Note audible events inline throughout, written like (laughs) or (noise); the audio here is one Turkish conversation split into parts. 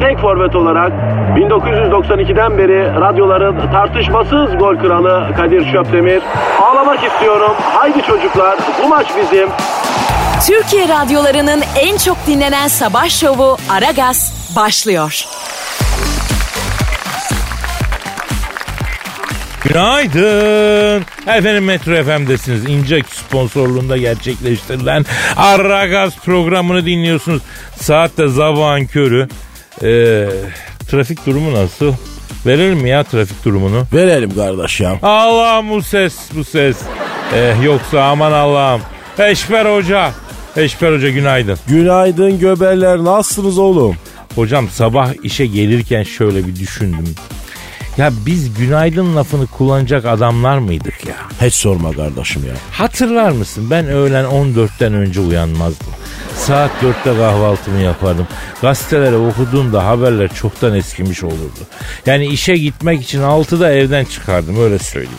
tek forvet olarak 1992'den beri radyoların tartışmasız gol kralı Kadir Şöpdemir. Ağlamak istiyorum. Haydi çocuklar bu maç bizim. Türkiye radyolarının en çok dinlenen sabah şovu Aragaz başlıyor. Günaydın. Efendim Metro FM'desiniz. İncek sponsorluğunda gerçekleştirilen Aragaz programını dinliyorsunuz. Saat de sabahın körü. Ee, trafik durumu nasıl? Verir mi ya trafik durumunu? Verelim kardeş ya. Allah'ım bu ses bu ses. Ee, yoksa aman Allah'ım. Eşber Hoca. Eşber Hoca günaydın. Günaydın göberler nasılsınız oğlum? Hocam sabah işe gelirken şöyle bir düşündüm. Ya biz günaydın lafını kullanacak adamlar mıydık ya? Hiç sorma kardeşim ya. Hatırlar mısın ben öğlen 14'ten önce uyanmazdım. Saat 4'te kahvaltımı yapardım. Gazeteleri okuduğumda haberler çoktan eskimiş olurdu. Yani işe gitmek için 6'da evden çıkardım öyle söyleyeyim.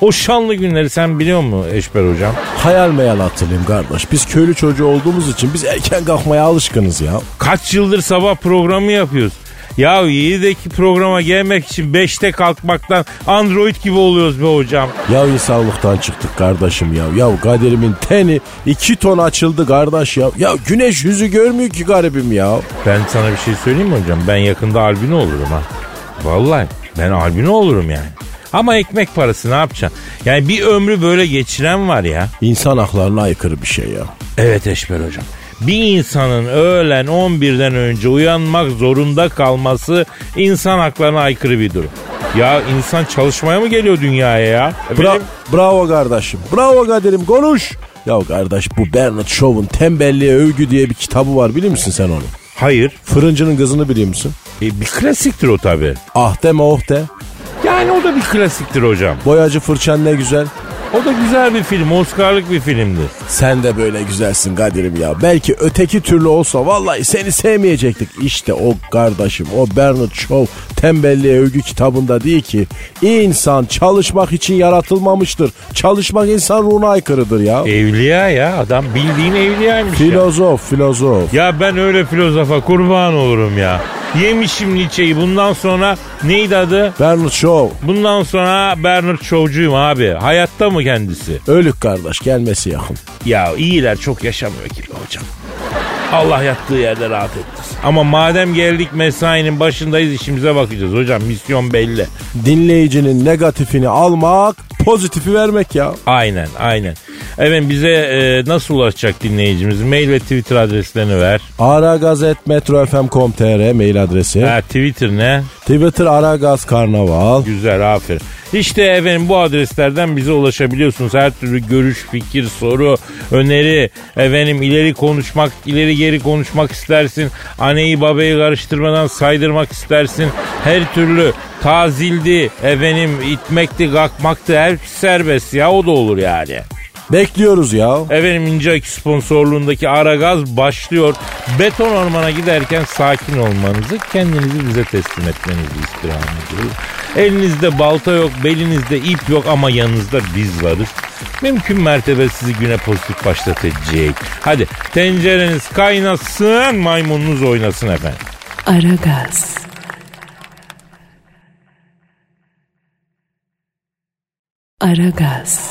O şanlı günleri sen biliyor musun Eşber hocam? Hayal meyal hatırlayayım kardeş. Biz köylü çocuğu olduğumuz için biz erken kalkmaya alışkınız ya. Kaç yıldır sabah programı yapıyoruz. Ya 7'deki programa gelmek için 5'te kalkmaktan Android gibi oluyoruz be hocam. Ya insanlıktan çıktık kardeşim ya. Ya kaderimin teni iki ton açıldı kardeş ya. Ya güneş yüzü görmüyor ki garibim ya. Ben sana bir şey söyleyeyim mi hocam? Ben yakında albino olurum ha. Vallahi ben albino olurum yani. Ama ekmek parası ne yapacaksın? Yani bir ömrü böyle geçiren var ya. İnsan haklarına aykırı bir şey ya. Evet Eşber hocam. Bir insanın öğlen 11'den önce uyanmak zorunda kalması insan haklarına aykırı bir durum. Ya insan çalışmaya mı geliyor dünyaya ya? Bra- Benim- bravo kardeşim. Bravo kaderim konuş. Ya kardeş bu Bernard Shaw'un Tembelliğe Övgü diye bir kitabı var bilir misin sen onu? Hayır. Fırıncının kızını biliyor musun? E, bir klasiktir o tabi. Ah deme oh de. Yani o da bir klasiktir hocam. Boyacı fırçan ne güzel. O da güzel bir film. Oscar'lık bir filmdir. Sen de böyle güzelsin Kadir'im ya. Belki öteki türlü olsa vallahi seni sevmeyecektik. İşte o kardeşim o Bernard Shaw tembelliğe övgü kitabında değil ki. İnsan çalışmak için yaratılmamıştır. Çalışmak insan ruhuna aykırıdır ya. Evliya ya. Adam bildiğin evliyaymış E, ya. filozof filozof. Ya ben öyle filozofa kurban olurum ya. Yemişim Nietzsche'yi. Bundan sonra neydi adı? Bernard Shaw Bundan sonra Bernard Shaw'cuyum abi. Hayatta mı kendisi? ölük kardeş gelmesi yakın. Ya iyiler çok yaşamıyor ki be hocam. Allah yattığı yerde rahat ettirsin. Ama madem geldik mesainin başındayız işimize bakacağız hocam. Misyon belli. Dinleyicinin negatifini almak pozitifi vermek ya. Aynen aynen. Evet bize e, nasıl ulaşacak dinleyicimiz? Mail ve Twitter adreslerini ver. Aragazetmetrofm.com.tr mail adresi. Ha, Twitter ne? Twitter Aragaz Karnaval. Güzel aferin. İşte efendim bu adreslerden bize ulaşabiliyorsunuz. Her türlü görüş, fikir, soru, öneri. Efendim ileri konuşmak, ileri geri konuşmak istersin. Aneyi babayı karıştırmadan saydırmak istersin. Her türlü tazildi, efendim itmekti, kalkmaktı. Her şey serbest ya o da olur yani. Bekliyoruz ya. Efendim İnce Akü sponsorluğundaki Aragaz başlıyor. Beton ormana giderken sakin olmanızı, kendinizi bize teslim etmenizi istirham ediyoruz. Elinizde balta yok, belinizde ip yok ama yanınızda biz varız. Mümkün mertebe sizi güne pozitif başlatacak. Hadi tencereniz kaynasın, maymununuz oynasın efendim. Aragaz, Aragaz,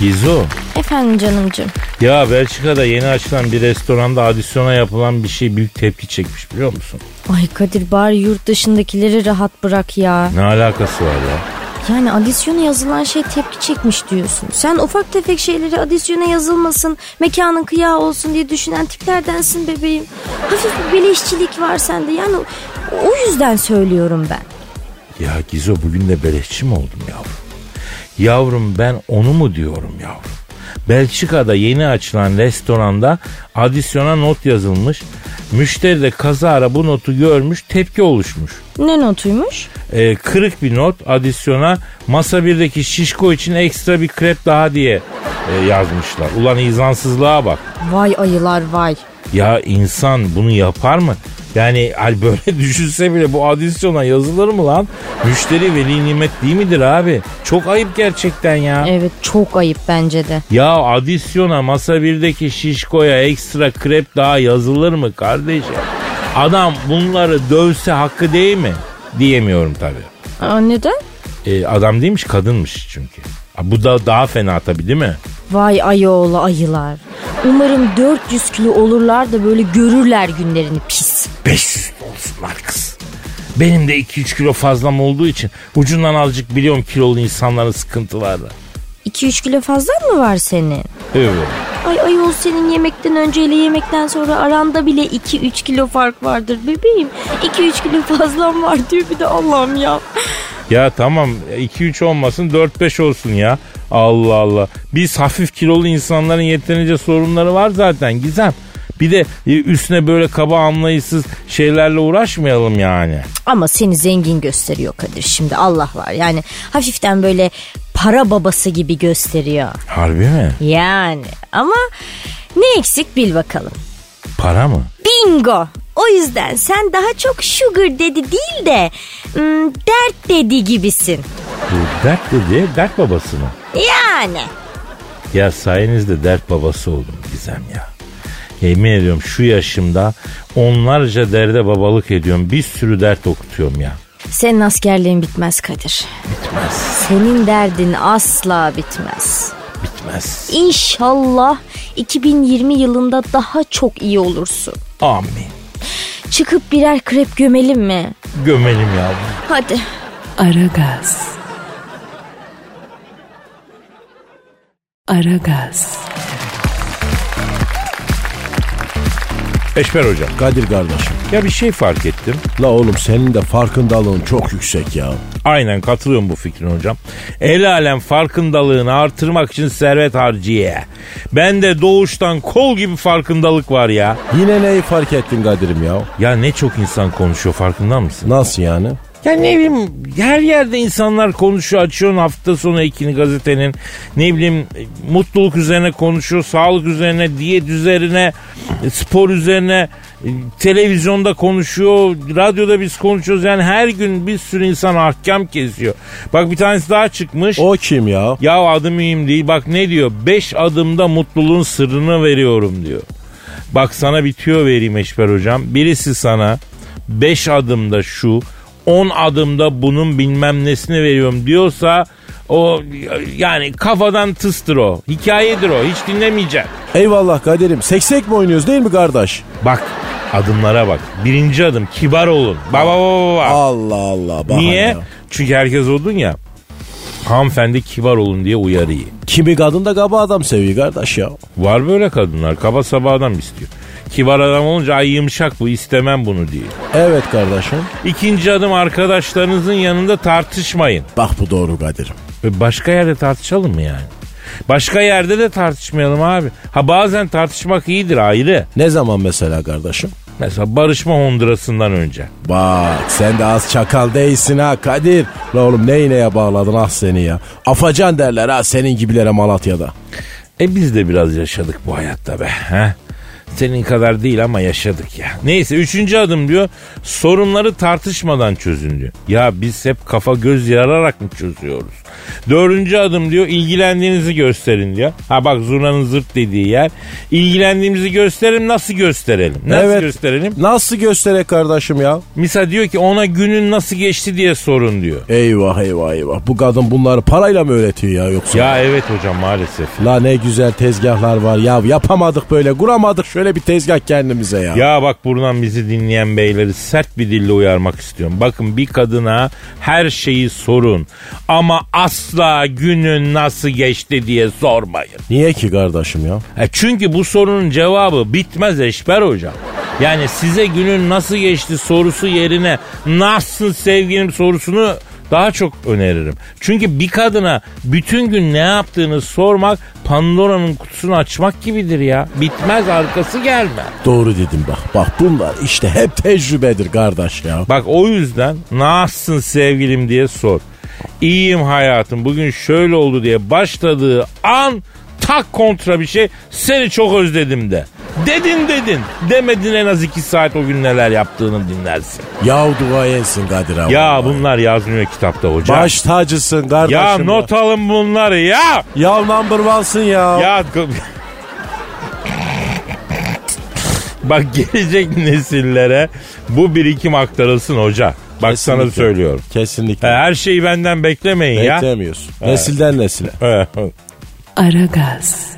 Gizu, Efendim canımcığım. ya Belçika'da yeni açılan bir restoranda adisyona yapılan bir şey büyük tepki çekmiş biliyor musun? Ay Kadir bari yurt dışındakileri rahat bırak ya. Ne alakası var ya? Yani adisyona yazılan şey tepki çekmiş diyorsun. Sen ufak tefek şeyleri adisyona yazılmasın, mekanın kıyağı olsun diye düşünen tiplerdensin bebeğim. Hafif bir beleşçilik var sende. Yani o yüzden söylüyorum ben. Ya Gizo bugün de beleşçi mi oldum yavrum? Yavrum ben onu mu diyorum yavrum? Belçika'da yeni açılan restoranda adisyona not yazılmış. Müşteri de kazara bu notu görmüş tepki oluşmuş. Ne notuymuş? Ee, kırık bir not adisyona masa 1'deki şişko için ekstra bir krep daha diye e, yazmışlar. Ulan izansızlığa bak. Vay ayılar vay. Ya insan bunu yapar mı? Yani hani böyle (laughs) düşünse bile bu adisyona yazılır mı lan? Müşteri veli nimet değil midir abi? Çok ayıp gerçekten ya. Evet çok ayıp bence de. Ya adisyona masa 1'deki şişkoya ekstra krep daha yazılır mı kardeşim? Adam bunları dövse hakkı değil mi? Diyemiyorum tabii. Aa, neden? E, adam değilmiş kadınmış çünkü. Ha, Bu da daha fena tabii değil mi? Vay ayoğlu ayılar. Umarım 400 kilo olurlar da böyle görürler günlerini pis. 500 olsunlar kız. Benim de 2-3 kilo fazlam olduğu için ucundan azıcık biliyorum kilolu insanların sıkıntıları. 2-3 kilo fazla mı var senin? Evet. Ay ayol senin yemekten önce ile yemekten sonra aranda bile 2-3 kilo fark vardır bebeğim. 2-3 kilo fazlan var diyor bir de Allah'ım ya. Ya tamam 2-3 olmasın 4-5 olsun ya. Allah Allah. Biz hafif kilolu insanların yeterince sorunları var zaten Gizem. Bir de e, üstüne böyle kaba anlayışsız şeylerle uğraşmayalım yani. Ama seni zengin gösteriyor Kadir şimdi Allah var. Yani hafiften böyle para babası gibi gösteriyor. Harbi mi? Yani ama ne eksik bil bakalım. Para mı? Bingo. O yüzden sen daha çok sugar dedi değil de hmm, dert dedi gibisin. Bu dert dedi dert babası mı? Yani. Ya sayenizde dert babası oldum Gizem ya. Yemin ediyorum şu yaşımda onlarca derde babalık ediyorum. Bir sürü dert okutuyorum ya. Senin askerliğin bitmez Kadir. Bitmez, Senin derdin asla bitmez. bitmez. İnşallah 2020 yılında daha çok iyi olursun. Amin. Çıkıp birer krep gömelim mi? Gömelim yavrum. Hadi. Aragaz. Aragaz. Eşber hocam. Kadir kardeşim. Ya bir şey fark ettim. La oğlum senin de farkındalığın çok yüksek ya. Aynen katılıyorum bu fikrin hocam. El alem farkındalığını artırmak için servet harcıyor. Bende doğuştan kol gibi farkındalık var ya. Yine neyi fark ettin Kadir'im ya? Ya ne çok insan konuşuyor farkında mısın? Nasıl yani? Ya ne bileyim her yerde insanlar konuşuyor açıyorsun hafta sonu ekini gazetenin ne bileyim e, mutluluk üzerine konuşuyor sağlık üzerine diyet üzerine e, spor üzerine e, televizyonda konuşuyor radyoda biz konuşuyoruz yani her gün bir sürü insan ahkam kesiyor. Bak bir tanesi daha çıkmış. O kim ya? Ya adım mühim değil bak ne diyor 5 adımda mutluluğun sırrını veriyorum diyor. Bak sana bir tüyo vereyim Eşber hocam. Birisi sana 5 adımda şu 10 adımda bunun bilmem nesini veriyorum diyorsa o yani kafadan tыстır o. Hikayedir o. Hiç dinlemeyecek. Eyvallah Kadir'im. Seksek mi oynuyoruz değil mi kardeş? Bak adımlara bak. Birinci adım kibar olun. Baba baba baba. Allah Allah. bahane Ah. Niye? ya. Çünkü herkes oldun ya. Hanımefendi kibar olun diye uyarıyı. Kimi kadın da kaba adam seviyor kardeş ya. Var böyle kadınlar. Kaba saba adam istiyor. Kibar adam olunca ay yumuşak bu istemem bunu diye. Evet kardeşim. İkinci adım arkadaşlarınızın yanında tartışmayın. Bak bu doğru Kadir'im. E, Başka yerde tartışalım mı yani? Başka yerde de tartışmayalım abi. Ha bazen tartışmak iyidir ayrı. Ne zaman mesela kardeşim? Mesela barışma Honduras'ından önce. Bak sen de az çakal değilsin ha Kadir. La oğlum ne iğneye bağladın ah seni ya. Afacan derler ha senin gibilere Malatya'da. E biz de biraz yaşadık bu hayatta be. He? Senin kadar değil ama yaşadık ya. Neyse üçüncü adım diyor sorunları tartışmadan çözün diyor. Ya biz hep kafa göz yararak mı çözüyoruz? Dördüncü adım diyor ilgilendiğinizi gösterin diyor. Ha bak zurnanın zırt dediği yer. İlgilendiğimizi gösterelim nasıl gösterelim? Nasıl Evet. gösterelim? Nasıl gösterek kardeşim ya? Misa diyor ki ona günün nasıl geçti diye sorun diyor. Eyvah eyvah eyvah. Bu kadın bunları parayla mı öğretiyor ya yoksa? Ya evet hocam maalesef. La ne güzel tezgahlar var ya. Yapamadık böyle. Kuramadık şöyle bir tezgah kendimize ya. Ya bak buradan bizi dinleyen beyleri sert bir dille uyarmak istiyorum. Bakın bir kadına her şeyi sorun ama asla günün nasıl geçti diye sormayın. Niye ki kardeşim ya? E çünkü bu sorunun cevabı bitmez Eşber hocam. Yani size günün nasıl geçti sorusu yerine nasılsın sevgilim sorusunu daha çok öneririm. Çünkü bir kadına bütün gün ne yaptığını sormak Pandora'nın kutusunu açmak gibidir ya. Bitmez arkası gelmez. Doğru dedim bak. Bak bunlar işte hep tecrübedir kardeş ya. Bak o yüzden nasılsın sevgilim diye sor. İyiyim hayatım bugün şöyle oldu diye başladığı an tak kontra bir şey seni çok özledim de. Dedin dedin demedin en az iki saat o gün neler yaptığını dinlersin. Ya duayensin Kadir abi. Ya bunlar yazmıyor kitapta hocam. Baş tacısın kardeşim. ya not alın bunları ya. Ya, ya number one'sın ya. Ya Bak gelecek nesillere bu birikim aktarılsın hoca. Bak sana Kesinlikle. söylüyorum. Kesinlikle. E, Her şeyi benden beklemeyin ya. Beklemiyorsun. Nesilden nesile. E, Aragaz.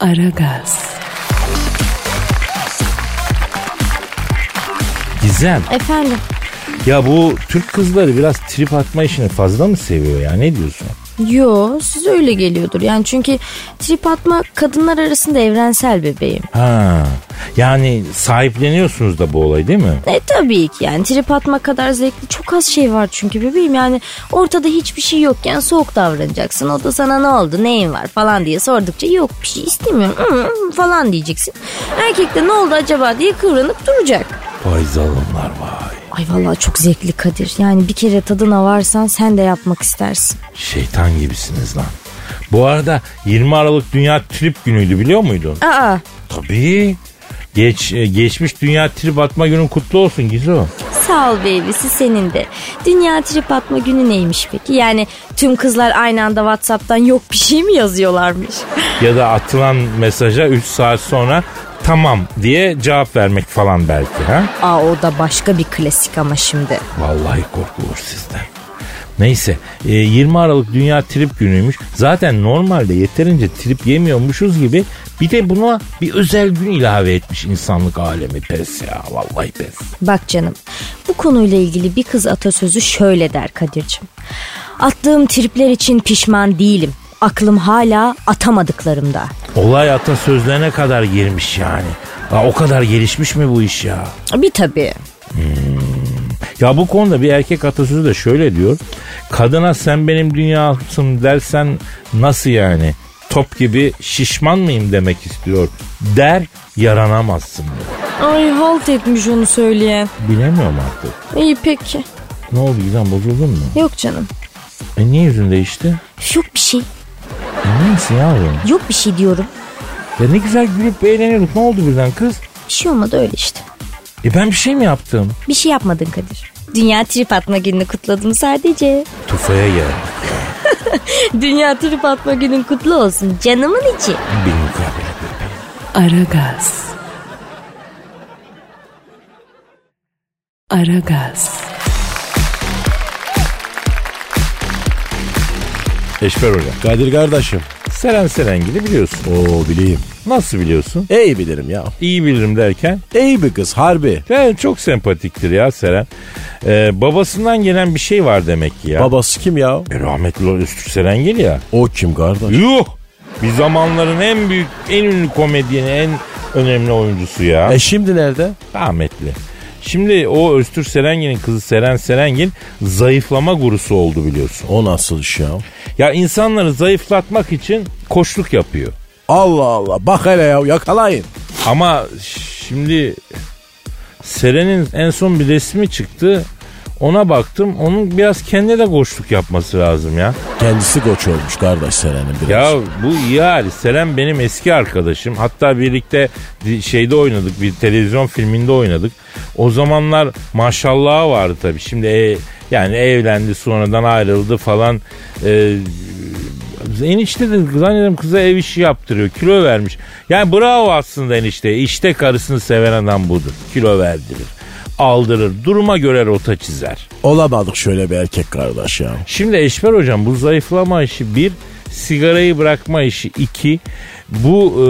Aragaz. Gizem Efendim ya bu Türk kızları biraz trip atma işini fazla mı seviyor ya ne diyorsun? yo size öyle geliyordur. Yani çünkü trip atma kadınlar arasında evrensel bebeğim. Ha yani sahipleniyorsunuz da bu olay değil mi? E tabii ki yani trip atma kadar zevkli çok az şey var çünkü bebeğim yani ortada hiçbir şey yokken soğuk davranacaksın. O da sana ne oldu neyin var falan diye sordukça yok bir şey istemiyorum "Hı, hı" falan diyeceksin. Erkek de ne oldu acaba diye kıvranıp duracak. Vay zalimler vay. Ay vallahi çok zevkli Kadir yani bir kere tadına varsan sen de yapmak istersin. Şeytan gibisiniz lan. Bu arada 20 Aralık Dünya Trip Günü'ydü biliyor muydun? Aa Tabii. Geç, e, geçmiş Dünya Trip Atma Günün kutlu olsun Gizo. sağ ol baby'si senin de. Dünya trip atma günü neymiş peki? Yani tüm kızlar aynı anda Whatsapp'tan yok bir şey mi yazıyorlarmış? Ya da atılan mesaja 3 saat sonra tamam diye cevap vermek falan belki ha? Aa o da başka bir klasik ama şimdi. Vallahi korkulur sizden. Neyse e, 20 Aralık Dünya Trip Günü'ymüş. Zaten normalde yeterince trip yemiyormuşuz gibi bir de buna bir özel gün ilave etmiş insanlık alemi pes ya vallahi pes. Bak canım bu konuyla ilgili bir kız atasözü şöyle der Kadir'cim. Attığım tripler için pişman değilim. Aklım hala atamadıklarımda. Olay atasözlerine kadar girmiş yani. Ha, o kadar gelişmiş mi bu iş ya? E, Bir tabii. Ya bu konuda bir erkek atasözü de şöyle diyor. Kadına sen benim dünyasın dersen nasıl yani? Top gibi şişman mıyım demek istiyor. Der yaranamazsın diyor. Ay halt etmiş onu söyleyen. Bilemiyorum artık. İyi peki. Ne oldu Gizem bozuldun mu? Yok canım. E niye yüzün değişti? Yok bir şey. E neyse yavrum? Yok bir şey diyorum. Ya ne güzel gülüp eğleniyorduk. Ne oldu birden kız? Bir şey olmadı öyle işte. E ben bir şey mi yaptım? Bir şey yapmadın Kadir. Dünya trip atma gününü kutladım sadece. Tufaya gel. (laughs) Dünya trip atma günün kutlu olsun canımın içi. Bir mukabele bebeğim. Aragaz. Aragaz. Eşber hocam. Kadir kardeşim. Seren Serengil'i biliyorsun. Oo bileyim. Nasıl biliyorsun? İyi bilirim ya. İyi bilirim derken. İyi bir kız harbi. Yani çok sempatiktir ya Seren. Ee, babasından gelen bir şey var demek ki ya. Babası kim ya? E, rahmetli olan Öztürk Serengil ya. O kim kardeş? Yuh! Bir zamanların en büyük, en ünlü komedyeni, en önemli oyuncusu ya. E şimdi nerede? Rahmetli. Şimdi o Öztürk Serengil'in kızı Seren Serengil zayıflama gurusu oldu biliyorsun. O nasıl iş ya? Ya insanları zayıflatmak için koçluk yapıyor. Allah Allah bak hele ya yakalayın. Ama şimdi Seren'in en son bir resmi çıktı. Ona baktım. Onun biraz kendine de koçluk yapması lazım ya. Kendisi koç olmuş kardeş Seren'in biraz. Ya bu iyi hali. Seren benim eski arkadaşım. Hatta birlikte di- şeyde oynadık. Bir televizyon filminde oynadık. O zamanlar maşallahı vardı tabii. Şimdi e, Yani evlendi sonradan ayrıldı falan. Ee, enişte de zannederim kıza ev işi yaptırıyor. Kilo vermiş. Yani bravo aslında enişte. İşte karısını seven adam budur. Kilo verdirir. Aldırır. Duruma göre rota çizer. Olamadık şöyle bir erkek kardeş ya. Şimdi Eşber hocam bu zayıflama işi bir sigarayı bırakma işi iki bu e,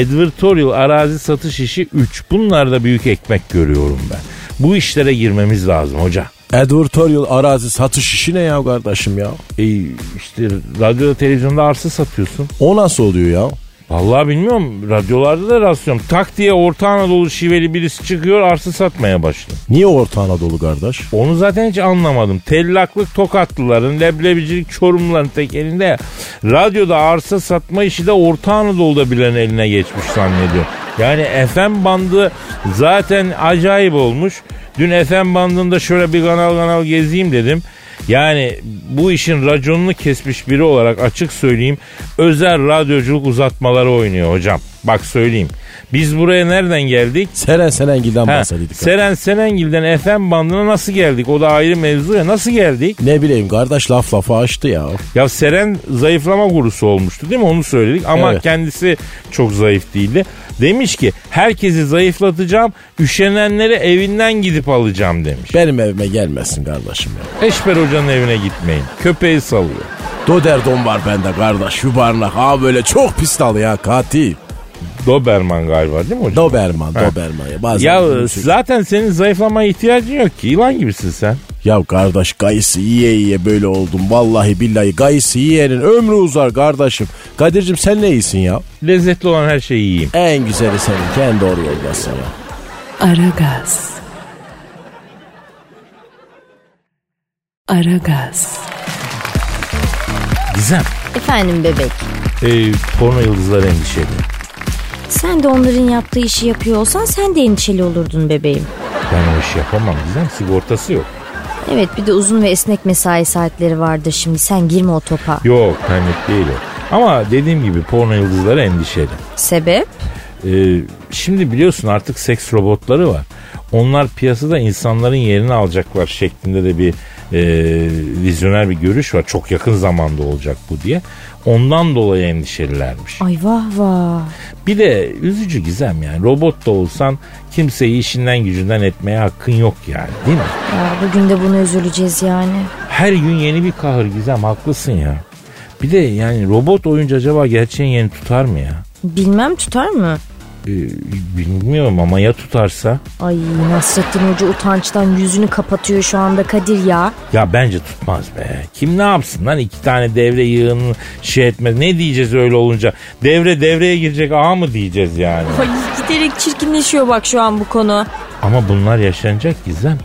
advertorial arazi satış işi üç bunlarda büyük ekmek görüyorum ben. Bu işlere girmemiz lazım hoca. Advertorial arazi satış işi ne ya kardeşim ya? E, işte radyo televizyonda arsa satıyorsun. O nasıl oluyor ya? Vallahi bilmiyorum radyolarda da rastlıyorum. Tak diye Orta Anadolu şiveli birisi çıkıyor arsa satmaya başlıyor. Niye Orta Anadolu kardeş? Onu zaten hiç anlamadım. Tellaklık tokatlıların, leblebicilik çorumların tek elinde ya. Radyoda arsa satma işi de Orta Anadolu'da bilen eline geçmiş zannediyor. Yani FM bandı zaten acayip olmuş. Dün FM bandında şöyle bir kanal kanal gezeyim dedim. Yani bu işin raconunu kesmiş biri olarak açık söyleyeyim özel radyoculuk uzatmaları oynuyor hocam. Bak söyleyeyim. Biz buraya nereden geldik? Seren Serengil'den Ha, bahsediyorduk. Seren Senengil'den FM bandına nasıl geldik? O da ayrı mevzu ya. Nasıl geldik? Ne bileyim kardeş laf lafı açtı ya. Ya Seren zayıflama gurusu olmuştu değil mi? Onu söyledik ama Evet. kendisi çok zayıf değildi. Demiş ki herkesi zayıflatacağım, üşenenleri evinden gidip alacağım demiş. Benim evime gelmesin kardeşim ya. Eşber Hoca'nın evine gitmeyin. Köpeği salıyor. Doderdon var bende kardeş yuvarlak. Ha böyle çok pis dalı ya katil. Doberman galiba değil mi hocam? Doberman, Doberman ya. Bazen şey- ya zaten senin zayıflamaya ihtiyacın yok ki. Yılan gibisin sen. Ya kardeş gayısı yiye yiye böyle oldum. Vallahi billahi gayısı yiyenin ömrü uzar kardeşim. Kadir'cim sen ne iyisin ya? Lezzetli olan her şeyi yiyeyim. En güzeli senin. Kendi doğru yoldasın ya. Aragaz. Aragaz. Gizem. Efendim bebek. E, porno yıldızları endişeli. Sen de onların yaptığı işi yapıyor olsan sen de endişeli olurdun bebeğim. Ben o işi yapamam Gizem. Sigortası yok. Evet bir de uzun ve esnek mesai saatleri vardır şimdi. Sen girme o topa. Yok benlik değil o. Ama dediğim gibi porno yıldızları endişeli. Sebep? Ee, şimdi biliyorsun artık seks robotları var. Onlar piyasada insanların yerini alacaklar şeklinde de bir e, vizyoner bir görüş var. Çok yakın zamanda olacak bu diye. Ondan dolayı endişelilermiş. Ay vah vah. Bir de üzücü gizem yani. Robot da olsan kimseyi işinden gücünden etmeye hakkın yok yani değil mi? Ya bugün de bunu üzüleceğiz yani. Her gün yeni bir kahır gizem haklısın ya. Bir de yani robot oyuncu acaba gerçeğin yerini tutar mı ya? Bilmem tutar mı? Ee, bilmiyorum ama ya tutarsa? Ay Nasrettin Hoca utançtan yüzünü kapatıyor şu anda Kadir ya. Ya bence tutmaz be. Kim ne yapsın lan iki tane devre yığını şey etmez. Ne diyeceğiz öyle olunca? Devre devreye girecek ağa mı diyeceğiz yani? Ay giderek çirkinleşiyor bak şu an bu konu. Ama bunlar yaşanacak Gizem.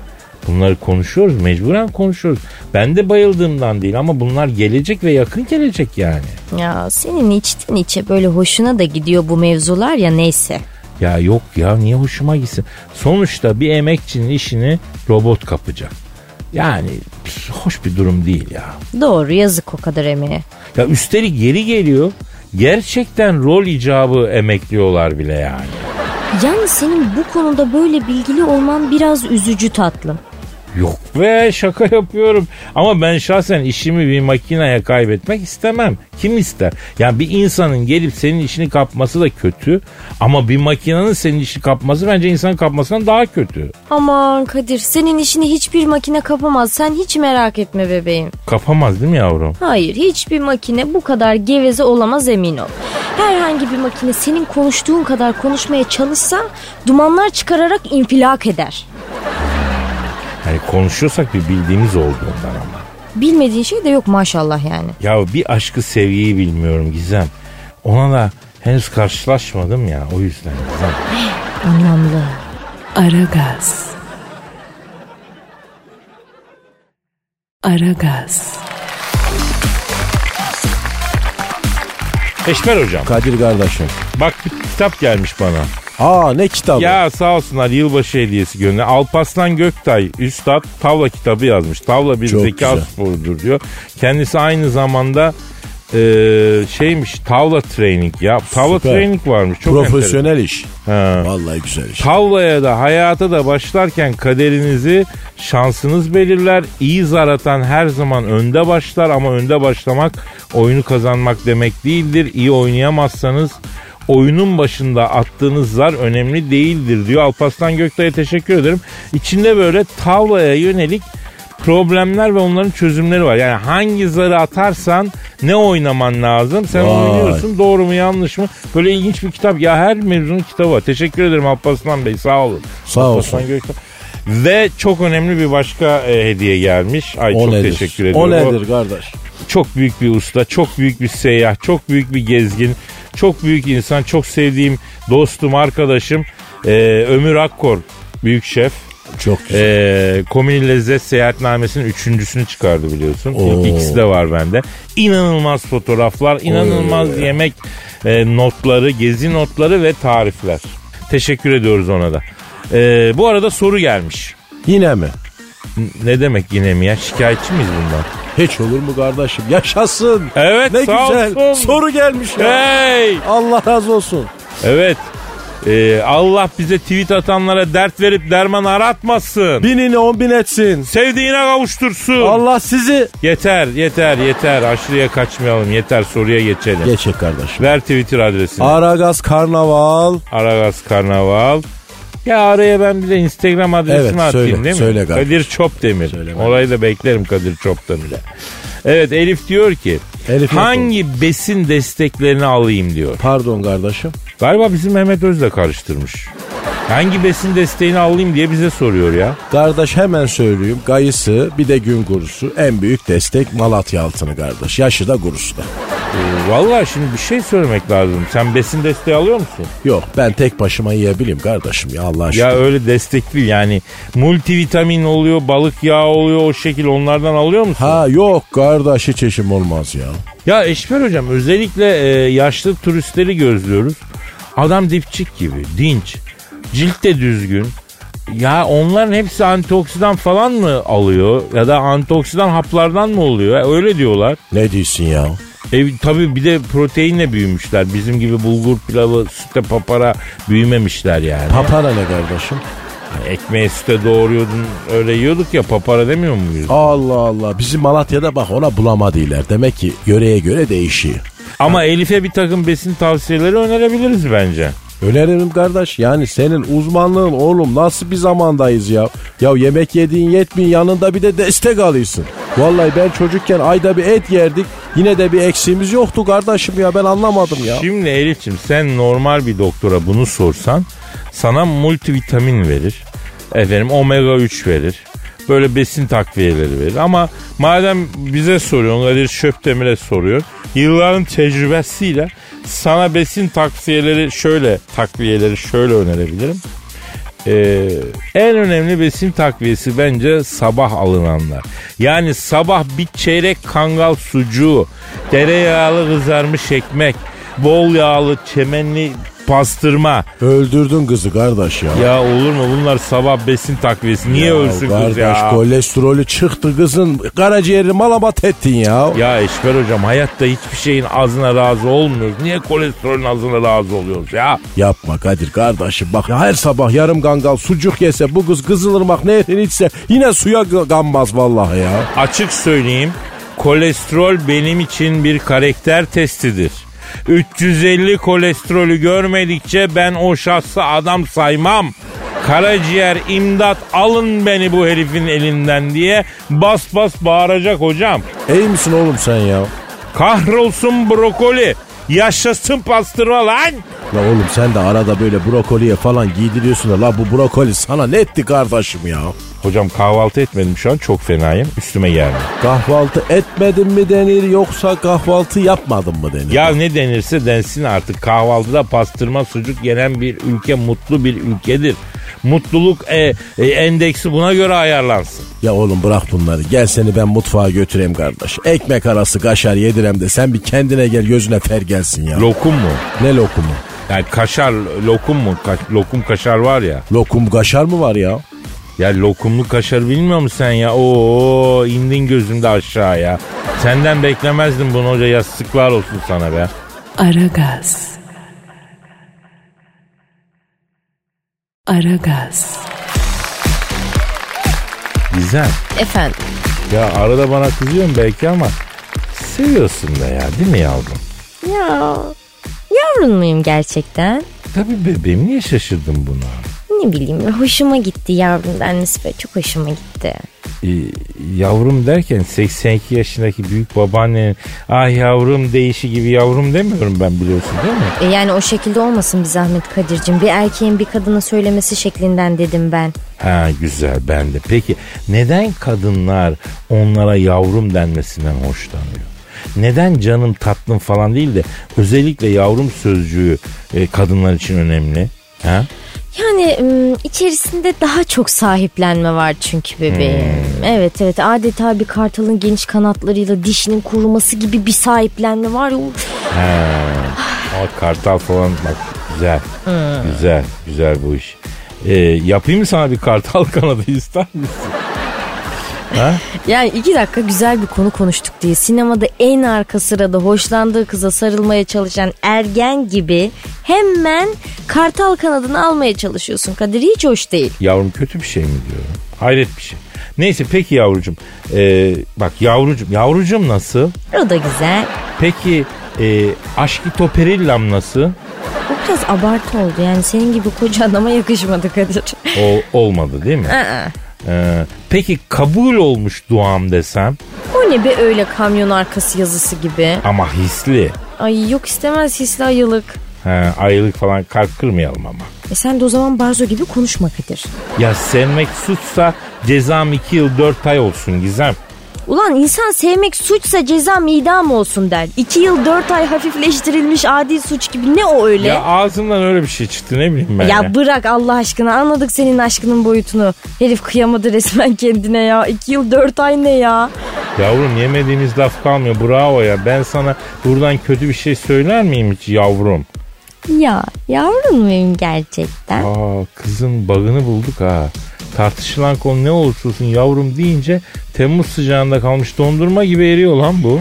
Bunları konuşuyoruz mecburen konuşuyoruz. Ben de bayıldığımdan değil ama bunlar gelecek ve yakın gelecek yani. Ya senin içten içe böyle hoşuna da gidiyor bu mevzular ya neyse. Ya yok ya niye hoşuma gitsin? Sonuçta bir emekçinin işini robot kapacak. Yani pf, hoş bir durum değil ya. Doğru yazık o kadar emeğe. Ya üstelik geri geliyor. Gerçekten rol icabı emekliyorlar bile yani. Yani senin bu konuda böyle bilgili olman biraz üzücü tatlım. Yok be şaka yapıyorum. Ama ben şahsen işimi bir makineye kaybetmek istemem. Kim ister? Yani bir insanın gelip senin işini kapması da kötü. Ama bir makinenin senin işini kapması bence insanın kapmasından daha kötü. Aman Kadir senin işini hiçbir makine kapamaz sen hiç merak etme bebeğim. Kapamaz değil mi yavrum? Hayır hiçbir makine bu kadar geveze olamaz emin ol. Herhangi bir makine senin konuştuğun kadar konuşmaya çalışsa dumanlar çıkararak infilak eder. Yani Hani konuşuyorsak bir bildiğimiz olduğundan ama. Bilmediğin şey de yok maşallah yani. Ya bir aşkı sevgiyi bilmiyorum Gizem. Ona da henüz karşılaşmadım ya o yüzden Gizem. Anlamlı. Aragaz. Aragaz. Eşmer hocam Kadir kardeşim. bak bir kitap gelmiş bana. Aa ne kitabı? Ya sağ olsunlar yılbaşı hediyesi gönderdi. Alpaslan Göktay Üstad tavla kitabı yazmış. Tavla bir Çok zeka güzel. sporudur diyor. Kendisi aynı zamanda e, şeymiş tavla training ya. Tavla Süper. training varmış. Çok Profesyonel iş. enteresan. Ha. Vallahi güzel iş. Tavlaya da hayata da başlarken kaderinizi şansınız belirler. İyi zar atan her zaman önde başlar ama önde başlamak oyunu kazanmak demek değildir. İyi oynayamazsanız oyunun başında attığınız zar önemli değildir diyor. Alparslan Göktay'a teşekkür ederim. İçinde böyle tavlaya yönelik problemler ve onların çözümleri var. Yani hangi zarı atarsan ne oynaman lazım? Sen Vay. oynuyorsun doğru mu yanlış mı? Böyle ilginç bir kitap. Ya her mevzunun kitabı var. Teşekkür ederim Alparslan Bey sağ olun. Sağ olsun. Alparslan Gökhan. Ve çok önemli bir başka e, hediye gelmiş. Ay O çok nedir? teşekkür ediyorum. O nedir kardeş? Çok büyük bir usta, çok büyük bir seyyah, çok büyük bir gezgin, çok büyük insan, çok sevdiğim dostum, arkadaşım e, Ömür Akkor büyük şef. Çok güzel. Ee, Komün Lezzet Seyahatnamesi'nin üçüncüsünü çıkardı biliyorsun. Oo. İkisi de var bende. İnanılmaz fotoğraflar, inanılmaz yemek e, notları, gezi notları ve tarifler. Teşekkür ediyoruz ona da. Ee, bu arada soru gelmiş. Yine mi? N- Ne demek yine mi ya? Şikayetçi miyiz bundan? Hiç olur mu kardeşim? Yaşasın. Evet, ne sağ güzel. olsun. E- Soru gelmiş ya. Hey! Allah razı olsun. Evet. Ee, Allah bize tweet atanlara dert verip derman aratmasın. Binini on bin etsin. Sevdiğine kavuştursun. Allah sizi... Yeter yeter yeter aşırıya kaçmayalım yeter soruya geçelim. Geçek kardeşim. Ver Twitter adresini. Aragaz Karnaval. Aragaz Karnaval. Ya araya ben bir de Instagram adresimi Evet, atayım söyle, değil mi? söyle kardeşim. Kadir Çopdemir. Orayı da beklerim Kadir Çopdemir'e. Evet Elif diyor ki Elif yok hangi besin desteklerini alayım diyor. Pardon kardeşim. Galiba bizim Mehmet Öz'le karıştırmış. Hangi besin desteğini alayım diye bize soruyor ya. Kardeş hemen söyleyeyim. Gayısı bir de gün gurusu. En büyük destek Malatya altını kardeş. Yaşı da gurusu da. Ee, Vallahi şimdi bir şey söylemek lazım. Sen besin desteği alıyor musun? Yok ben tek başıma yiyebilirim kardeşim ya Allah aşkına. Ya öyle destek değil yani multivitamin oluyor, balık yağı oluyor o şekil onlardan alıyor musun? Ha yok kardeş hiç eşim olmaz ya. Ya Eşmer hocam özellikle e, yaşlı turistleri gözlüyoruz. Adam dipçik gibi, dinç, cilt de düzgün. Ya onların hepsi antioksidan falan mı alıyor ya da antioksidan haplardan mı oluyor? Ya Öyle diyorlar. Ne diyorsun ya? E, tabii bir de proteinle büyümüşler. Bizim gibi bulgur pilavı, süte papara büyümemişler yani. Papara ne kardeşim? Ekmeği süte doğruyordun öyle yiyorduk ya papara demiyor muyuz? Allah Allah bizim Malatya'da bak ona bulamadılar. Demek ki yöreye göre değişiyor. Ama Elif'e bir takım besin tavsiyeleri önerebiliriz bence. Öneririm kardeş yani senin uzmanlığın oğlum nasıl bir zamandayız ya. Ya yemek yediğin yetmiyor yanında bir de destek alıyorsun. Vallahi ben çocukken ayda bir et yerdik yine de bir eksiğimiz yoktu kardeşim ya ben anlamadım ya. Şimdi Elif'ciğim sen normal bir doktora bunu sorsan sana multivitamin verir. Efendim omega 3 verir. Böyle besin takviyeleri verir. Ama madem bize soruyorsun Kadir Şöpdemir'e soruyor. Yılların tecrübesiyle sana besin takviyeleri şöyle takviyeleri şöyle önerebilirim. Ee, en önemli besin takviyesi bence sabah alınanlar. Yani sabah bir çeyrek kangal sucuğu, tereyağlı kızarmış ekmek, bol yağlı çemenli pastırma. Öldürdün kızı kardeş ya. Ya olur mu bunlar sabah besin takviyesi. Niye Ya ölsün kız kardeş, ya? kolesterolü çıktı kızın karaciğeri malamat ettin ya. Ya Eşber hocam hayatta hiçbir şeyin azına razı olmuyoruz. Niye kolesterolün azına razı oluyoruz ya? Yapma Kadir kardeşim bak her sabah yarım gangal sucuk yese bu kız kızılırmak nehrini içse yine suya g- ganmaz vallahi ya. Açık söyleyeyim kolesterol benim için bir karakter testidir. 350 kolesterolü görmedikçe ben o şahsı adam saymam. Karaciğer imdat alın beni bu herifin elinden diye bas bas bağıracak hocam. İyi misin oğlum sen ya? Kahrolsun brokoli. Yaşasın pastırma lan. La oğlum sen de arada böyle brokoliye falan giydiriyorsun da la bu brokoli sana ne etti kardeşim ya? Hocam kahvaltı etmedim şu an çok fenayım. Üstüme gelme. Kahvaltı etmedin mi denir yoksa kahvaltı yapmadın mı denir? Ya ne denirse densin artık kahvaltıda pastırma sucuk yenen bir ülke mutlu bir ülkedir. Mutluluk e, e, endeksi buna göre ayarlansın. Ya oğlum bırak bunları gel seni ben mutfağa götüreyim kardeş. Ekmek arası kaşar yedirem de sen bir kendine gel gözüne fer gelsin ya. Lokum mu? ne lokumu? Yani kaşar lokum mu? Ka- lokum kaşar var ya. Lokum kaşar mı var ya? Ya lokumlu kaşar bilmiyor musun sen ya? Oo indin gözümde aşağıya. Senden beklemezdim bunu hoca yastıklar olsun sana be. Aragaz. Aragaz. Güzel. Efendim. Ya arada bana kızıyorsun belki ama seviyorsun da ya değil mi yavrum? Ya. Yavrun muyum gerçekten? Tabii bebeğim niye şaşırdın buna? Ne bileyim hoşuma gitti yavrum denmesi böyle çok hoşuma gitti. Ee, yavrum derken 82 yaşındaki büyük babaannenin ah yavrum değişi gibi yavrum demiyorum ben biliyorsun değil mi? E yani o şekilde olmasın bir zahmet Kadir'cim. Bir erkeğin bir kadına söylemesi şeklinden dedim ben. Ha güzel ben de. Peki neden kadınlar onlara yavrum denmesinden hoşlanıyor? Neden canım tatlım falan değil de özellikle yavrum sözcüğü e, kadınlar için önemli? Ha? Yani ım, içerisinde daha çok sahiplenme var çünkü bebeğim. Evet evet adeta bir kartalın geniş kanatlarıyla dişinin kuruması gibi bir sahiplenme var ya. Uf, Ama kartal falan bak güzel. Güzel. Güzel bu iş. Ee, yapayım mı sana bir kartal kanadı ister misin? Yani iki dakika güzel bir konu konuştuk diye sinemada en arka sırada hoşlandığı kıza sarılmaya çalışan ergen gibi hemen kartal kanadını almaya çalışıyorsun Kadir hiç hoş değil. Yavrum kötü bir şey mi diyorum? Hayret bir şey. Neyse peki yavrucum. Ee, bak yavrucum. Yavrucum nasıl? O da güzel. Peki e, toperillam nasıl? Bu biraz abartı oldu yani senin gibi koca adama yakışmadı Kadir. (laughs) O, olmadı değil mi? Aa, Ee, peki kabul olmuş duam desem o ne be öyle kamyon arkası yazısı gibi. ama hisli. Ay yok istemez hisli ayılık. Ha, ayrılık falan kalp kırmayalım ama. E sen de o zaman Barzo gibi konuşma Kadir. Ya sevmek suçsa cezam 2 yıl 4 ay olsun Gizem. Ulan insan sevmek suçsa ceza idam olsun der. İki yıl dört ay hafifleştirilmiş adi suç gibi ne o öyle? Ya ağzımdan öyle bir şey çıktı ne bileyim ben. Ya bırak Allah aşkına anladık senin aşkının boyutunu. Herif kıyamadı resmen kendine ya. İki yıl dört ay ne ya? Yavrum yemediğimiz laf kalmıyor bravo ya. Ben sana buradan kötü bir şey söyler miyim hiç yavrum? Ya yavrum benim gerçekten. Aa kızın bagını bulduk ha. Tartışılan konu ne olursa olsun yavrum deyince Temmuz sıcağında kalmış dondurma gibi eriyor lan bu.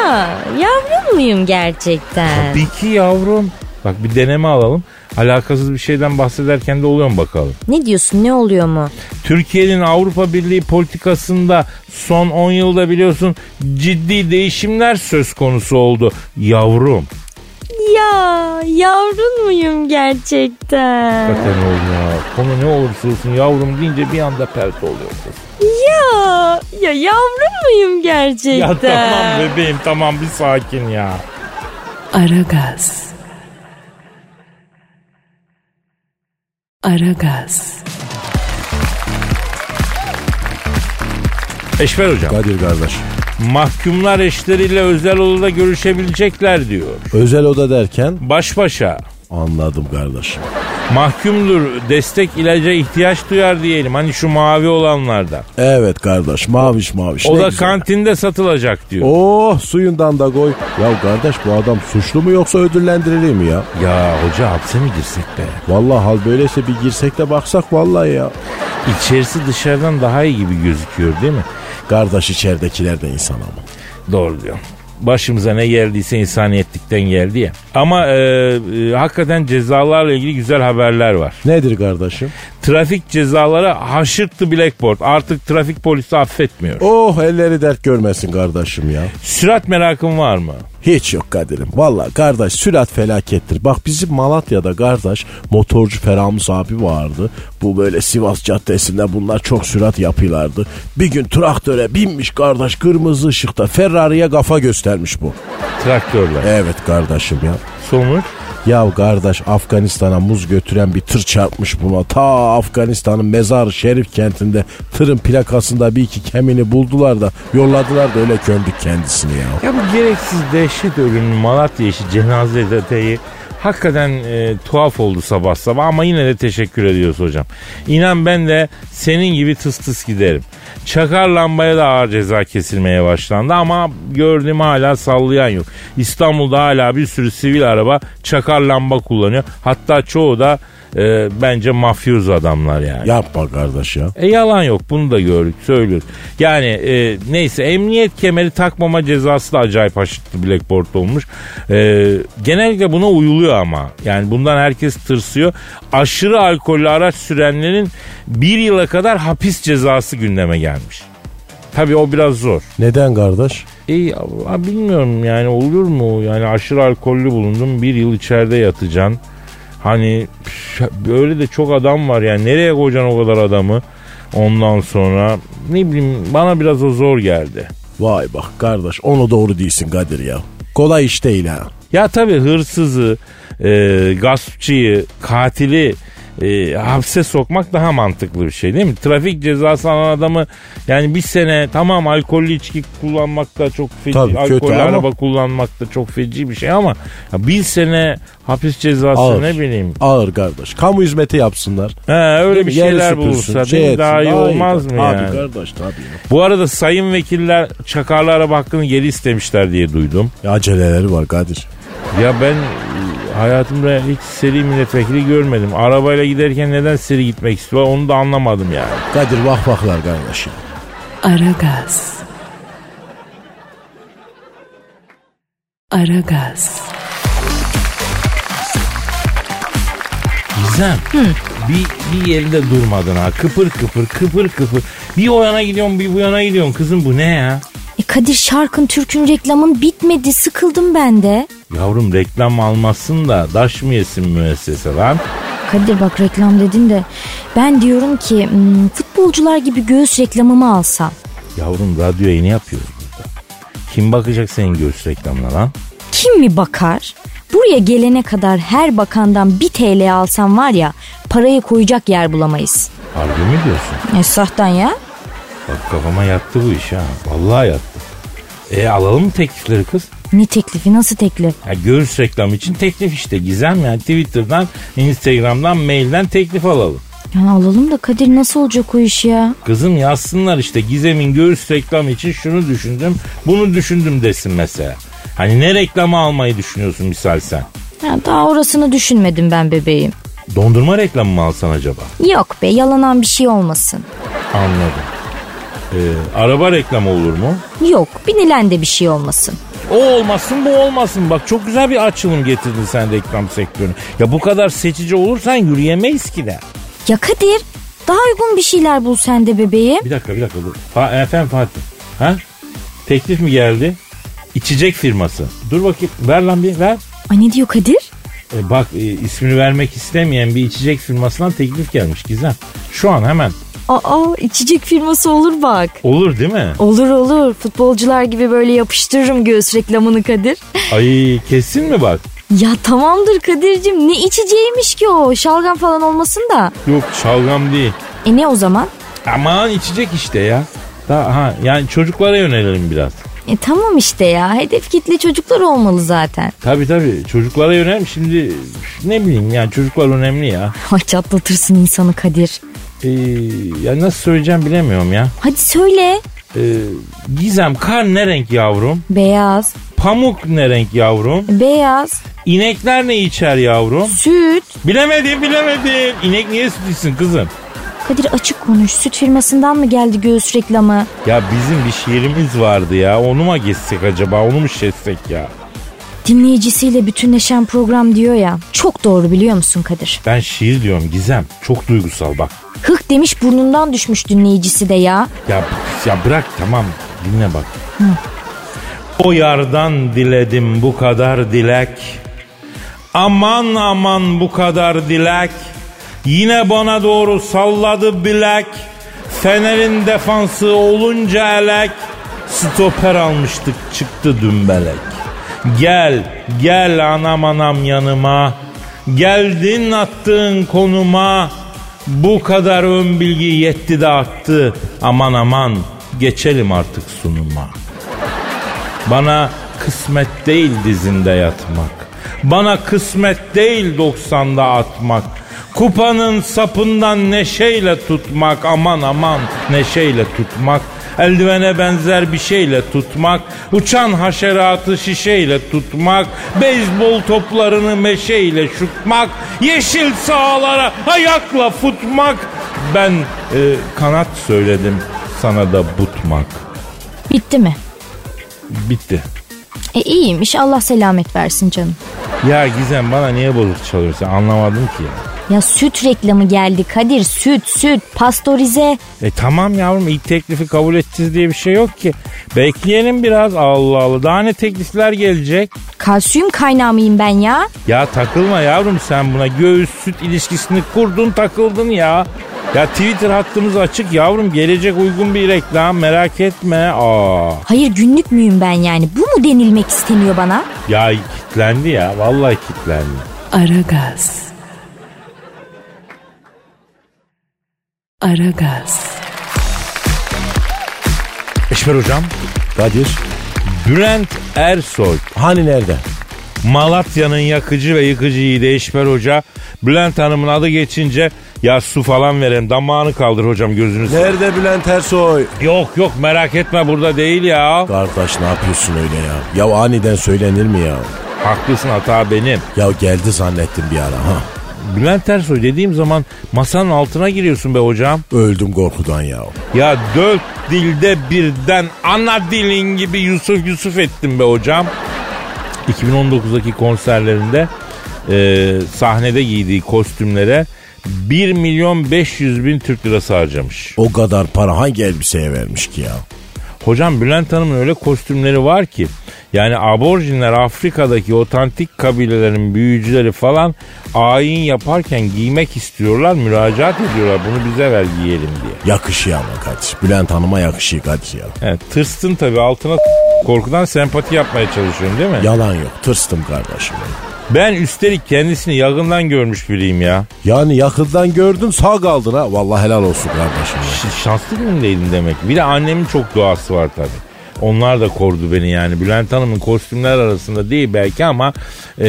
Ya yavrum muyum gerçekten? Tabii ki yavrum. Bak bir deneme alalım. Alakasız bir şeyden bahsederken de oluyor mu bakalım. Ne diyorsun ne oluyor mu? Türkiye'nin Avrupa Birliği politikasında son 10 yılda biliyorsun ciddi değişimler söz konusu oldu. Yavrum. Ya yavrun muyum gerçekten? Hakikaten oğlum ya. Konu ne olursa olsun yavrum deyince bir anda pert oluyor kız. Ya ya yavrun muyum gerçekten? Ya tamam bebeğim tamam bir sakin ya. Aragaz. Aragaz. Eşber hocam. Kadir kardeş. Mahkumlar eşleriyle özel odada görüşebilecekler diyor. Özel oda derken Baş başa. anladım kardeş. Mahkumdur destek ilaca ihtiyaç duyar diyelim. Hani şu mavi olanlarda. Evet kardeş maviş maviş. O ne da güzel. kantinde satılacak diyor. Oh suyundan da koy. Ya kardeş bu adam suçlu mu yoksa ödüllendirilir mi ya? Ya hoca hapse mi girsek be? Vallahi hal böyleyse bir girsek de baksak vallahi ya. İçerisi dışarıdan daha iyi gibi gözüküyor değil mi? Kardeş içeridekiler de insan ama. Doğru diyorsun. Başımıza ne geldiyse insaniyetlikten geldi ya. Ama e, e, hakikaten cezalarla ilgili güzel haberler var. Nedir kardeşim? Trafik cezaları haşırttı Blackboard. Artık trafik polisi affetmiyor. Oh elleri dert görmesin kardeşim ya. Sürat merakın var mı? Hiç yok Kadir'im. Valla kardeş sürat felakettir. Bak bizim Malatya'da kardeş motorcu Ferhamız abi vardı. Bu böyle Sivas Caddesi'nde bunlar çok sürat yapıyorlardı. Bir gün traktöre binmiş kardeş kırmızı ışıkta Ferrari'ye kafa göstermiş bu. Traktörler. Evet kardeşim ya. Sonuç? Ya kardeş Afganistan'a muz götüren bir tır çarpmış buna. Ta Afganistan'ın Mezar Şerif kentinde tırın plakasında bir iki kemini buldular da yolladılar da öyle gömdük kendisini ya. Ya bu gereksiz dehşet ölümü Malatya işi cenaze detayı hakikaten e, tuhaf oldu sabah sabah ama yine de teşekkür ediyoruz hocam. İnan ben de senin gibi tıs tıs giderim. Çakar lambaya da ağır ceza kesilmeye başlandı ama gördüğüm hala sallayan yok. İstanbul'da hala bir sürü sivil araba çakar lamba kullanıyor. Hatta çoğu da e, bence mafyoz adamlar yani. Yapma kardeş ya. E yalan yok bunu da gördük söylüyoruz. Yani e, neyse emniyet kemeri takmama cezası da acayip haşitli Blackboard olmuş. E, genellikle buna uyuluyor ama. Yani bundan herkes tırsıyor. Aşırı alkollü araç sürenlerin bir yıla kadar hapis cezası gündeme gelmiş. Tabii o biraz zor. Neden kardeş? E, a- bilmiyorum yani olur mu? Yani aşırı alkollü bulundum bir yıl içeride yatacaksın. Hani püf, böyle de çok adam var yani nereye koyacaksın o kadar adamı? Ondan sonra ne bileyim bana biraz o zor geldi. Vay bak kardeş onu doğru değilsin Kadir ya. Kolay iş değil ha. Ya tabii hırsızı, e, gaspçıyı, katili e, hapse sokmak daha mantıklı bir şey değil mi? Trafik cezası alan adamı yani bir sene tamam alkollü içki kullanmak da çok feci, Tabii, kötü alkollü ama- araba kullanmak da çok feci bir şey ama ya bir sene hapis cezası Ağır. ne bileyim. Ağır kardeş. Kamu hizmeti yapsınlar. Ha, öyle bir Yeri şeyler süpürsün, bulursa şey değil mi? etsin, daha iyi olmaz mı yani? Abi kardeş tabii. ya. Bu arada sayın vekiller çakarlı araba hakkını geri istemişler diye duydum. Ya aceleleri var Kadir. Ya ben e, hayatımda hiç seri milletvekili görmedim. Arabayla giderken neden seri gitmek istiyor onu da anlamadım yani. Kadir vah vahlar kardeş ya. Aragaz. Aragaz. Gizem bir, bir yerinde durmadın ha kıpır kıpır kıpır kıpır. Bir o yana gidiyorsun bir bu yana gidiyorsun kızım bu ne ya? E Kadir şarkın türkün reklamın bitmedi sıkıldım ben de. Yavrum reklam almasın da daş mı yesin müessese lan? Kadir bak reklam dedin de ben diyorum ki hmm, futbolcular gibi göğüs reklamımı alsam. Yavrum radyo yayını yapıyoruz burada. Kim bakacak senin göğüs reklamına lan? Kim mi bakar? Buraya gelene kadar her bakandan bir TL alsam var ya parayı koyacak yer bulamayız. Harbi mi diyorsun? Esrahtan ya. Bak kafama yattı bu iş ha. Vallahi yattı. E alalım mı teklifleri kız? Ne teklifi nasıl teklif? Ya göğüs reklamı için teklif işte Gizem yani Twitter'dan, Instagram'dan, mailden teklif alalım. Ya alalım da Kadir nasıl olacak o iş ya? Kızım yazsınlar işte Gizem'in göğüs reklamı için şunu düşündüm, bunu düşündüm desin mesela. Hani ne reklamı almayı düşünüyorsun misal sen? Ya daha orasını düşünmedim ben bebeğim. Dondurma reklamı mı alsan acaba? Yok be yalanan bir şey olmasın. Anladım. Ee, araba reklamı olur mu? Yok binilen de bir şey olmasın. O olmasın bu olmasın. Bak çok güzel bir açılım getirdin sen reklam sektörüne. Ya bu kadar seçici olursan yürüyemeyiz ki de. Ya Kadir daha uygun bir şeyler bul sen de bebeğim. Bir dakika bir dakika. dur. Fa- e, efendim Fatih. Ha? Teklif mi geldi? İçecek firması. Dur bakayım. Ver lan bir ver. Ay ne diyor Kadir? E, bak e, ismini vermek istemeyen bir içecek firmasından teklif gelmiş Gizem. Şu an hemen. Aa içecek firması olur bak. Olur değil mi? Olur olur futbolcular gibi böyle yapıştırırım göğüs reklamını Kadir. (laughs) Ay kesin mi bak? Ya tamamdır Kadir'cim ne içeceğiymiş ki o şalgam falan olmasın da. Yok şalgam değil. E ne o zaman? Aman içecek işte ya. Daha, ha, yani çocuklara yönelelim biraz. E tamam işte ya hedef kitle çocuklar olmalı zaten. Tabii tabii çocuklara yönelim şimdi ne bileyim yani çocuklar önemli ya. Ay çatlatırsın insanı Kadir. Ee, ya nasıl söyleyeceğim bilemiyorum ya. Hadi söyle. Ee, Gizem kar ne renk yavrum? Beyaz, E, Pamuk ne renk yavrum? beyaz, İnekler ne içer yavrum? süt. Bilemedim bilemedim. İnek niye süt içsin kızım? Kadir açık konuş süt firmasından mı geldi göğüs reklamı? Ya bizim bir şiirimiz vardı ya. Onu mu geçsek acaba? Onu mu şessek ya? Dinleyicisiyle bütünleşen program diyor ya. Çok doğru biliyor musun Kadir? Ben şiir diyorum Gizem. Çok duygusal bak. Hık demiş burnundan düşmüş dinleyicisi de ya. Ya, ya bırak tamam dinle bak. O yardan diledim bu kadar dilek. Aman aman bu kadar dilek. Yine bana doğru salladı bilek. Fener'in defansı olunca elek. Stoper almıştık çıktı dümbelek. Gel gel anam anam yanıma. Geldin attığın konuma. Bu kadar ön bilgi yetti de arttı. Aman aman geçelim artık sunuma. Bana kısmet değil dizinde yatmak. Bana kısmet değil 90'da atmak. Kupanın sapından neşeyle tutmak aman aman neşeyle tutmak. Eldivene benzer bir şeyle tutmak, uçan haşeratı şişeyle tutmak, beyzbol toplarını meşeyle şutmak, yeşil sahalara ayakla futmak. Ben e, kanat söyledim, sana da butmak. Bitti mi? Bitti. E iyiymiş Allah selamet versin canım. Ya Gizem bana niye bozuk çalıyorsun anlamadım ki ya. Ya süt reklamı geldi Kadir süt süt pastörize. E tamam yavrum ilk teklifi kabul edeceğiz diye bir şey yok ki. Bekleyelim biraz Allah Allah. Daha ne teklifler gelecek? Kalsiyum kaynağı mıyım ben ya? Ya takılma yavrum sen buna. Göğüs süt ilişkisini kurdun takıldın ya. Ya Twitter hattımız açık yavrum. Gelecek uygun bir reklam merak etme. Aa. Hayır günlük müyüm ben yani? Bu mu denilmek isteniyor bana? Ya kitlendi ya. Vallahi kitlendi. Aragaz. Aragaz. Eşmer hocam. Kadir. Bülent Ersoy. Hani nerede? Malatya'nın yakıcı ve yıkıcı yiğidi Eşber Hoca. Bülent Hanım'ın adı geçince ya su falan verelim damağını kaldır hocam gözünü. seveyim." Nerede Bülent Ersoy? Yok yok merak etme burada değil ya. Kardeş ne yapıyorsun öyle ya? Ya aniden söylenir mi ya? Haklısın hata benim. Ya geldi zannettim bir ara ha. Bülent Ersoy dediğim zaman masanın altına giriyorsun be hocam. Öldüm korkudan ya. Ya dört dilde birden ana dilin gibi Yusuf Yusuf ettim be hocam. 2019'daki konserlerinde e, sahnede giydiği kostümlere 1 milyon 500 bin Türk lirası harcamış. O kadar para hangi elbiseye vermiş ki ya? Hocam Bülent Hanım'ın öyle kostümleri var ki yani aborjinler Afrika'daki otantik kabilelerin büyücüleri falan ayin yaparken giymek istiyorlar müracaat ediyorlar bunu bize ver giyelim diye. Yakışıyor ama Kadir. Bülent Hanım'a yakışıyor Kadir ya. He, tırstın tabii altına korkudan sempati yapmaya çalışıyorsun değil mi? Yalan yok. Tırstım kardeşim. Ben üstelik kendisini yakından görmüş biriyim ya. Yani yakından gördün sağ kaldın ha. Vallahi helal olsun kardeşim. ya. Ş- şanslı günümdeydim demek. Bir de annemin çok duası var tabii. Onlar da korudu beni yani. Bülent Hanım'ın kostümler arasında değil belki ama eee,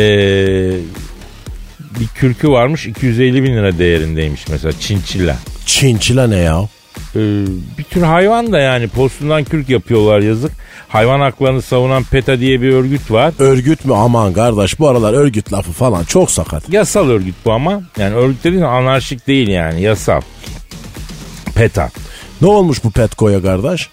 bir kürkü varmış 250 bin lira değerindeymiş mesela çinçilla. Çinçile ne ya? Ee, bir tür hayvan da yani postundan kürk yapıyorlar yazık. Hayvan haklarını savunan PETA diye bir örgüt var. Örgüt mü? Aman kardeş bu aralar örgüt lafı falan çok sakat. Yasal örgüt bu ama yani örgüt dediğin anarşik değil yani yasal. PETA. Ne olmuş bu Petko'ya kardeş?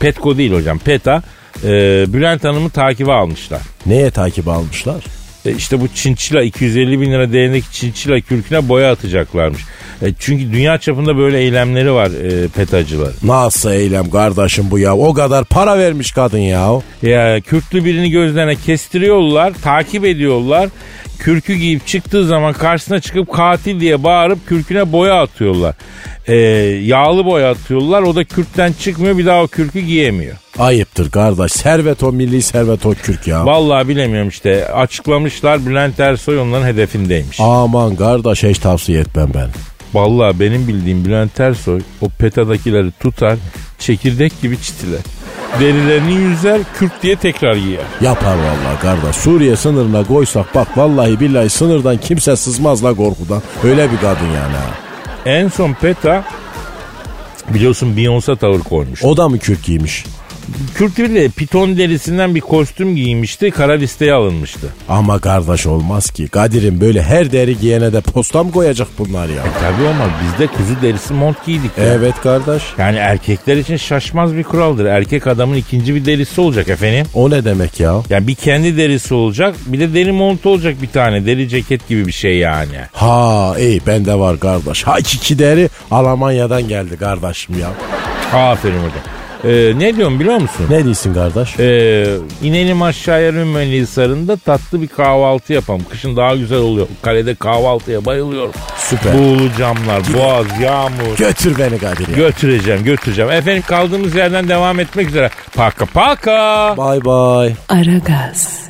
Petko değil hocam PETA. e, Bülent Hanım'ı takibe almışlar. Neye takip almışlar? E, işte bu çinçila 250 bin lira değerindeki çinçila kürküne boya atacaklarmış. E, çünkü dünya çapında böyle eylemleri var e, petacılar. Nasıl eylem kardeşim bu ya? O kadar para vermiş kadın ya. Ya kürklü birini gözlerine kestiriyorlar, takip ediyorlar. Kürkü giyip çıktığı zaman karşısına çıkıp katil diye bağırıp kürküne boya atıyorlar. E, yağlı boya atıyorlar. O da kürkten çıkmıyor bir daha o kürkü giyemiyor. Ayıptır kardeş. Servet o milli servet o kürk ya. Vallahi bilemiyorum işte. Açıklamışlar Bülent Ersoy onların hedefindeymiş. Aman kardeş hiç tavsiye etmem ben. Vallahi benim bildiğim Bülent Ersoy o petadakileri tutar, çekirdek gibi çitiler. Derilerini yüzer, kürt diye tekrar giyer. Yapar vallahi kardeş. Suriye sınırına koysak bak vallahi billahi sınırdan kimse sızmaz la korkudan. Öyle bir kadın yani ha. En son peta biliyorsun Beyoncé tavır koymuş. O O da mı kürk giymiş? kürt değil de piton derisinden bir kostüm giymişti, kara listeye alınmıştı. Ama kardeş olmaz ki. Kadir'in böyle her deri giyene de posta mı koyacak bunlar ya? Tabii ama bizde kuzu derisi mont giydik. ya. Evet kardeş. Yani erkekler için şaşmaz bir kuraldır. Erkek adamın ikinci bir derisi olacak efendim. O ne demek ya? Yani bir kendi derisi olacak bir de deri montu olacak bir tane. Deri ceket gibi bir şey yani. Ha iyi bende var kardeş. Hakiki deri Almanya'dan geldi kardeşim ya. Aferin hocam. Ee, ne diyorum biliyor musun? Ne diyorsun kardeş? Ee, inelim aşağıya Rümmenli Hisarı'nda tatlı bir kahvaltı yapalım. Kışın daha güzel oluyor. Kalede kahvaltıya bayılıyorum. Süper. Buğulu camlar, boğaz, yağmur. Götür beni Kadir ya. Götüreceğim, götüreceğim. Efendim kaldığımız yerden devam etmek üzere. Paka paka. Bay bay. Aragaz.